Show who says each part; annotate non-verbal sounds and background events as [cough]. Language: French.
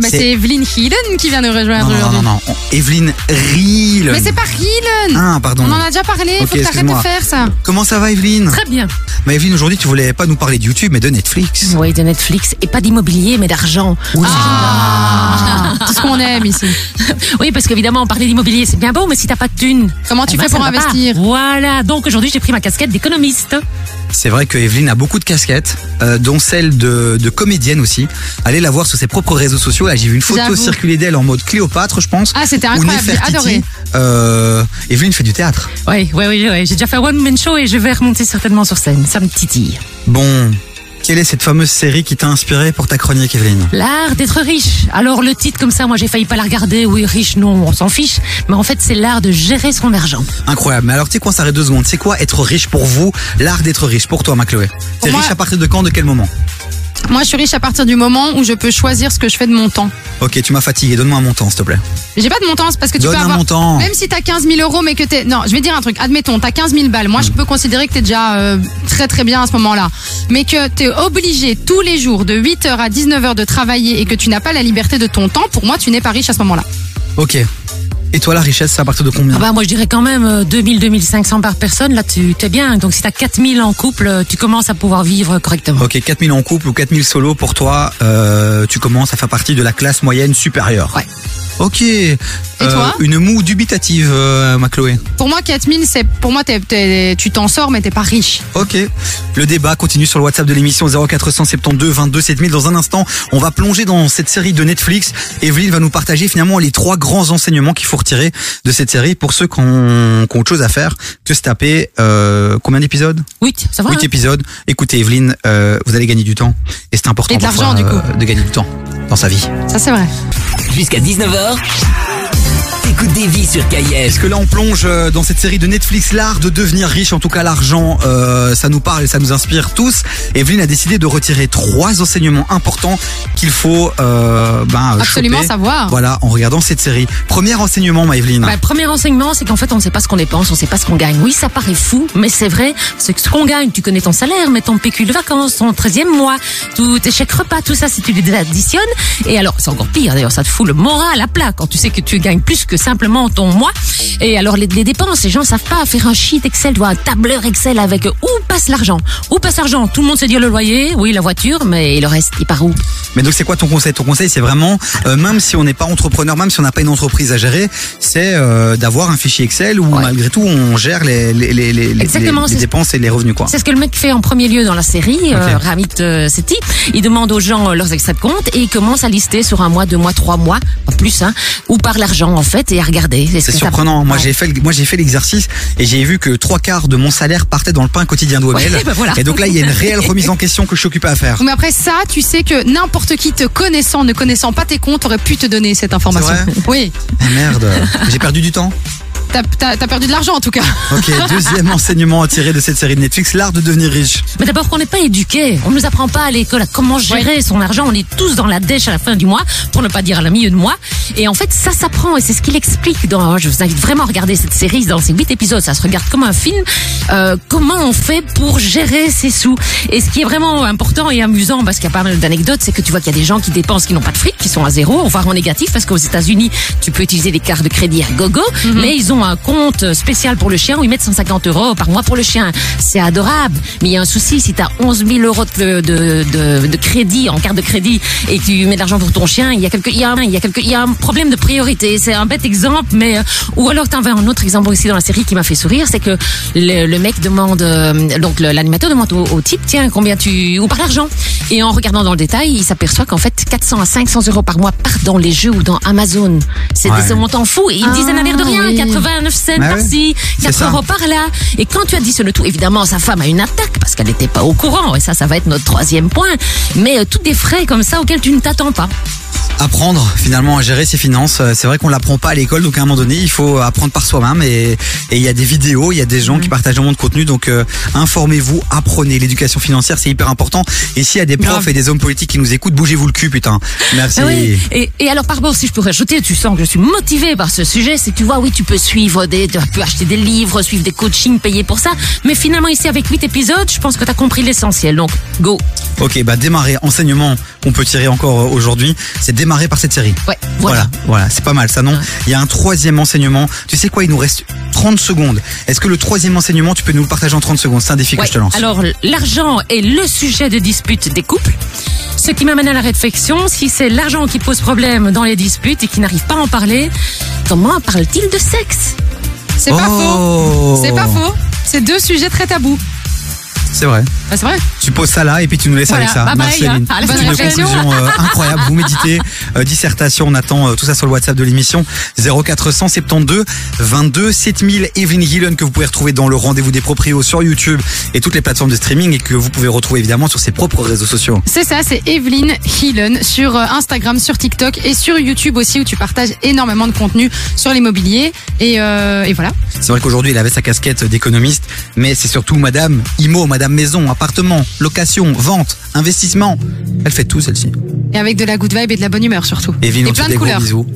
Speaker 1: Bah,
Speaker 2: C'est-
Speaker 1: c'est Evelyn Heeden qui vient nous rejoindre
Speaker 2: Non, non, non,
Speaker 1: aujourd'hui.
Speaker 2: non, non. On- Evelyne Riel.
Speaker 1: Mais c'est pas Heeden
Speaker 2: Ah, pardon.
Speaker 1: On en a déjà parlé,
Speaker 2: Ok,
Speaker 1: faut que t'arrêtes de
Speaker 2: excuse-moi.
Speaker 1: faire ça.
Speaker 2: Comment ça va, Evelyne
Speaker 1: Très bien.
Speaker 2: Mais Evelyne, aujourd'hui, tu voulais pas nous parler de YouTube, mais de Netflix.
Speaker 3: Oui, de Netflix. Et pas d'immobilier, mais d'argent.
Speaker 1: Ah, [laughs] tout ce qu'on aime ici.
Speaker 3: Oui, parce qu'évidemment, parler d'immobilier, c'est bien beau, mais si t'as pas de thunes.
Speaker 1: Comment Ah, tu
Speaker 3: eh ben,
Speaker 1: fais
Speaker 3: ça
Speaker 1: pour
Speaker 3: va pas.
Speaker 1: investir
Speaker 3: Voilà. Donc aujourd'hui, j'ai pris ma casquette d'économiste.
Speaker 2: C'est vrai que Evelyne a beaucoup de casquettes, euh, dont celle de, de comédienne aussi. Allez la voir sur ses propres réseaux sociaux. Là, j'ai vu une photo
Speaker 1: J'avoue.
Speaker 2: circuler d'elle en mode Cléopâtre, je pense.
Speaker 1: Ah, c'était
Speaker 2: ou
Speaker 1: incroyable, j'ai
Speaker 2: Nefertiti.
Speaker 1: adoré.
Speaker 2: Euh, Evelyne fait du théâtre.
Speaker 3: Oui, oui, oui, oui. J'ai déjà fait un one-man show et je vais remonter certainement sur scène. Ça me titille.
Speaker 2: Bon, quelle est cette fameuse série qui t'a inspiré pour ta chronique, Evelyne
Speaker 3: L'art d'être riche. Alors le titre comme ça, moi j'ai failli pas la regarder. Oui, riche, non, on s'en fiche. Mais en fait, c'est l'art de gérer son argent.
Speaker 2: Incroyable. Mais alors, tu sais quoi, on s'arrête deux secondes. C'est quoi être riche pour vous L'art d'être riche pour toi, ma Chloé. T'es
Speaker 1: moi-
Speaker 2: riche à partir de quand De quel moment
Speaker 1: Moi, je suis riche à partir du moment où je peux choisir ce que je fais de mon temps.
Speaker 2: Ok, tu m'as fatigué. Donne-moi un montant, s'il te plaît.
Speaker 1: J'ai pas de montant, c'est parce que tu
Speaker 2: Donne
Speaker 1: peux
Speaker 2: un
Speaker 1: avoir.
Speaker 2: montant.
Speaker 1: Même si t'as 15 000 euros, mais que t'es. Non, je vais dire un truc. Admettons, t'as 15 000 balles. Moi,
Speaker 2: Mm.
Speaker 1: je peux considérer que t'es déjà euh, très très bien à ce moment-là. Mais que t'es obligé tous les jours de 8h à 19h de travailler et que tu n'as pas la liberté de ton temps, pour moi, tu n'es pas riche à ce moment-là.
Speaker 2: Ok. Et toi, la richesse, c'est à partir de combien
Speaker 3: Ah bah moi je dirais quand même euh, 2000, 2500 par personne. Là, tu t'es bien. Donc si t'as 4000 en couple, euh, tu commences à pouvoir vivre correctement.
Speaker 1: bah.
Speaker 2: Ok, 4000 en couple ou 4000 solo pour toi, euh, tu commences à faire partie de la classe moyenne supérieure.
Speaker 3: Ouais.
Speaker 2: Ok. Et
Speaker 1: toi
Speaker 2: Une moue dubitative, euh, ma Chloé.
Speaker 1: Pour moi, 4 000, c'est. Pour moi, t'es- t'es- tu t'en sors, mais t'es pas riche.
Speaker 2: Ok. Le débat continue sur le WhatsApp de l'émission 0472 22 7000. Dans un instant, on va plonger dans cette série de Netflix. Evelyne va nous partager finalement les trois grands enseignements qu'il faut retirer de cette série pour ceux qui ont, qui ont autre chose à faire que se taper euh, combien d'épisodes
Speaker 3: Oui, ça va.
Speaker 2: Huit
Speaker 3: hein
Speaker 2: épisodes. Écoutez, Evelyne, euh, vous allez gagner du temps et c'est important
Speaker 1: Et de
Speaker 2: parfois,
Speaker 1: l'argent, du
Speaker 2: euh, de gagner du temps dans sa vie.
Speaker 1: Ça, c'est vrai.
Speaker 4: Jusqu'à 19h, t'écoutes des vies sur Kayes.
Speaker 2: Est-ce que là on plonge euh, dans cette série de Netflix l'art de devenir riche, en tout cas l'argent, euh, ça nous parle et ça nous inspire tous. Evelyne a décidé de retirer trois enseignements importants qu'il faut euh, ben, euh,
Speaker 1: Absolument
Speaker 2: choper,
Speaker 1: savoir.
Speaker 2: Voilà, en regardant cette série. Premier enseignement, ma Evelyne.
Speaker 3: Bah, le premier enseignement, c'est qu'en fait, on ne sait pas ce qu'on dépense, on ne sait pas ce qu'on gagne. Oui, ça paraît fou, mais c'est vrai. C'est que ce qu'on gagne, tu connais ton salaire, mais ton PQ de vacances, ton 13e mois, tous tes chèques repas, tout ça, si tu les additionnes. Et alors, c'est encore pire, d'ailleurs, ça te fout le moral à plat quand tu sais que tu gagnes plus que simplement ton mois. Et alors, les, les dépenses, les gens savent pas faire un sheet Excel, tu vois, un tableur Excel avec où passe l'argent. Où passe l'argent Tout le monde sait dire le loyer, oui, la voiture, mais le reste, il part où
Speaker 2: Mais donc c'est quoi ton conseil Ton conseil c'est vraiment, euh, même si on n'est pas entrepreneur, même si on n'a pas une entreprise à gérer, c'est euh, d'avoir un fichier Excel où
Speaker 3: Ouais.
Speaker 2: malgré tout on gère les, les, les, les, les-
Speaker 3: Exactement,
Speaker 2: les
Speaker 3: c'est-
Speaker 2: dépenses et les revenus. quoi.
Speaker 3: C'est ce que le mec fait en premier lieu dans la série, euh, Ramit euh, Sethi. Il demande aux gens euh, leurs extraits de compte et il commence à lister sur un mois, deux mois, trois mois, pas plus, hein, ou par l'argent en fait, et à regarder. Est-ce
Speaker 2: C'est
Speaker 3: que ça-
Speaker 2: surprenant. Moi,
Speaker 3: Ouais.
Speaker 2: j'ai fait, le- moi, j'ai fait l'exercice et j'ai vu que trois quarts de mon salaire partait dans le pain quotidien de Webel.
Speaker 3: Ouais, [laughs] bah voilà.
Speaker 2: Et donc là, il y a une réelle remise en question que je suis occupé à faire.
Speaker 1: Mais après ça, tu sais que n'importe qui te connaissant, ne connaissant pas tes comptes, aurait pu te donner cette information.
Speaker 2: C'est vrai
Speaker 1: oui.
Speaker 2: Ah, merde, j'ai perdu du temps.
Speaker 1: T'as- T'as t'as perdu de l'argent en tout cas. [laughs]
Speaker 2: Ok, deuxième [laughs] enseignement à tirer de cette série de Netflix, l'art de devenir riche.
Speaker 3: Mais d'abord qu'on n'est pas éduqué, on nous apprend pas à l'école à comment gérer son argent. On est tous dans la dèche à la fin du mois, pour ne pas dire à la milieu de mois. Et en fait, ça s'apprend et c'est ce qu'il explique. Dans, je vous invite vraiment à regarder cette série dans ces huit épisodes. Ça se regarde comme un film. Euh, comment on fait pour gérer ses sous Et ce qui est vraiment important et amusant, parce qu'il y a pas mal d'anecdotes, c'est que tu vois qu'il y a des gens qui dépensent, qui n'ont pas de fric, qui sont à zéro, voire en négatif, parce qu'aux États-Unis, tu peux utiliser des cartes de crédit à gogo, mais ils ont un compte spécial pour le chien où ils mettent 150 euros par mois pour le chien. C'est adorable. Mais il y a un souci, si tu as 11 000 euros de, de, de, de crédit en carte de crédit et que tu mets de l'argent pour ton chien, il y a quelque, il y a, un- il y a quelque, il y a un problème de priorité. C'est un bête exemple, mais euh, ou alors tu un autre exemple aussi dans la série qui m'a fait sourire, c'est que le, le mec demande, euh, donc le- l'animateur demande au, au type, tiens combien tu ou par l'argent. Et en regardant dans le détail, il s'aperçoit qu'en fait 400 à 500 euros par mois partent dans les jeux ou dans Amazon. C'est
Speaker 2: Ouais.
Speaker 3: des montants fous. Et ils
Speaker 1: Ah,
Speaker 3: disent ça n'a l'air de rien,
Speaker 1: oui.
Speaker 3: 89 cents
Speaker 2: Ouais,
Speaker 3: par-ci,
Speaker 2: c'est
Speaker 3: 4
Speaker 2: ça.
Speaker 3: euros par-là. Et quand tu additionnes le tout, évidemment, sa femme a une attaque parce qu'elle n'était pas au courant. Et ça, ça va être notre troisième point. Mais euh, tous des frais comme ça auxquels tu ne t'attends pas.
Speaker 2: Apprendre finalement à gérer ses finances, euh, c'est vrai qu'on l'apprend pas à l'école, donc à un moment donné, il faut apprendre par soi-même. Et et il y a des vidéos, il y a des gens
Speaker 3: Mhm.
Speaker 2: qui partagent un monde de contenu, donc euh, informez-vous, apprenez. L'éducation financière, c'est hyper important. Et s'il y a des profs
Speaker 3: Grave.
Speaker 2: et des hommes politiques qui nous écoutent, bougez-vous le cul, putain. Merci.
Speaker 3: Ah oui. Et, et alors, par contre, si je peux rajouter, tu sens que je suis motivée par ce sujet, c'est que tu vois, oui, tu peux suivre des, tu peux acheter des livres, suivre des coachings, payer pour ça. Mais finalement, ici, avec 8 épisodes, je pense que tu as compris l'essentiel. Donc, go.
Speaker 2: Ok, bah démarrer. Enseignement qu'on peut tirer encore euh, aujourd'hui, c'est démarrer. marrer par cette série.
Speaker 3: Ouais,
Speaker 2: Voilà,
Speaker 3: voilà.
Speaker 2: voilà, c'est pas mal ça, non Il y a un troisième enseignement. Tu sais quoi, il nous reste 30 secondes. Est-ce que le troisième enseignement, tu peux nous le partager en 30 secondes C'est un défi que
Speaker 3: Ouais.
Speaker 2: je te lance.
Speaker 3: Alors, l'argent est le sujet de dispute des couples. Ce qui m'amène à la réflexion, si c'est l'argent qui pose problème dans les disputes et qui n'arrive pas à en parler, comment parle-t-il de sexe
Speaker 1: C'est pas
Speaker 2: Oh.
Speaker 1: faux. C'est pas faux. C'est deux sujets très tabous.
Speaker 2: C'est vrai.
Speaker 1: Bah, c'est vrai.
Speaker 2: Tu poses ça là et puis tu nous laisses
Speaker 3: Voilà,
Speaker 2: avec ça.
Speaker 1: Bah,
Speaker 3: bye bye,
Speaker 2: Merci
Speaker 3: hein.
Speaker 2: Aline.
Speaker 3: À la
Speaker 2: C'est une
Speaker 1: semaine prochaine.
Speaker 2: conclusion euh, incroyable. Vous méditez, euh, dissertation, on attend euh, tout ça sur le WhatsApp de l'émission 0472 22 7000. Evelyn Gillen que vous pouvez retrouver dans le rendez-vous des proprios sur YouTube et toutes les plateformes de streaming et que vous pouvez retrouver évidemment sur ses propres réseaux sociaux.
Speaker 1: C'est ça, c'est Evelyn Hillen sur euh, Instagram, sur TikTok et sur YouTube aussi où tu partages énormément de contenu sur l'immobilier. Et, euh, et voilà.
Speaker 2: C'est vrai qu'aujourd'hui il avait sa casquette d'économiste, mais c'est surtout Madame Imo, Madame Maison, appartement, location, vente, investissement. Elle fait tout celle-ci.
Speaker 1: Et avec de la good vibe et de la bonne humeur surtout.
Speaker 2: Evelyne,
Speaker 1: et
Speaker 2: on te
Speaker 1: plein
Speaker 2: fait
Speaker 1: de
Speaker 2: des gros
Speaker 1: couleurs.
Speaker 2: bisous.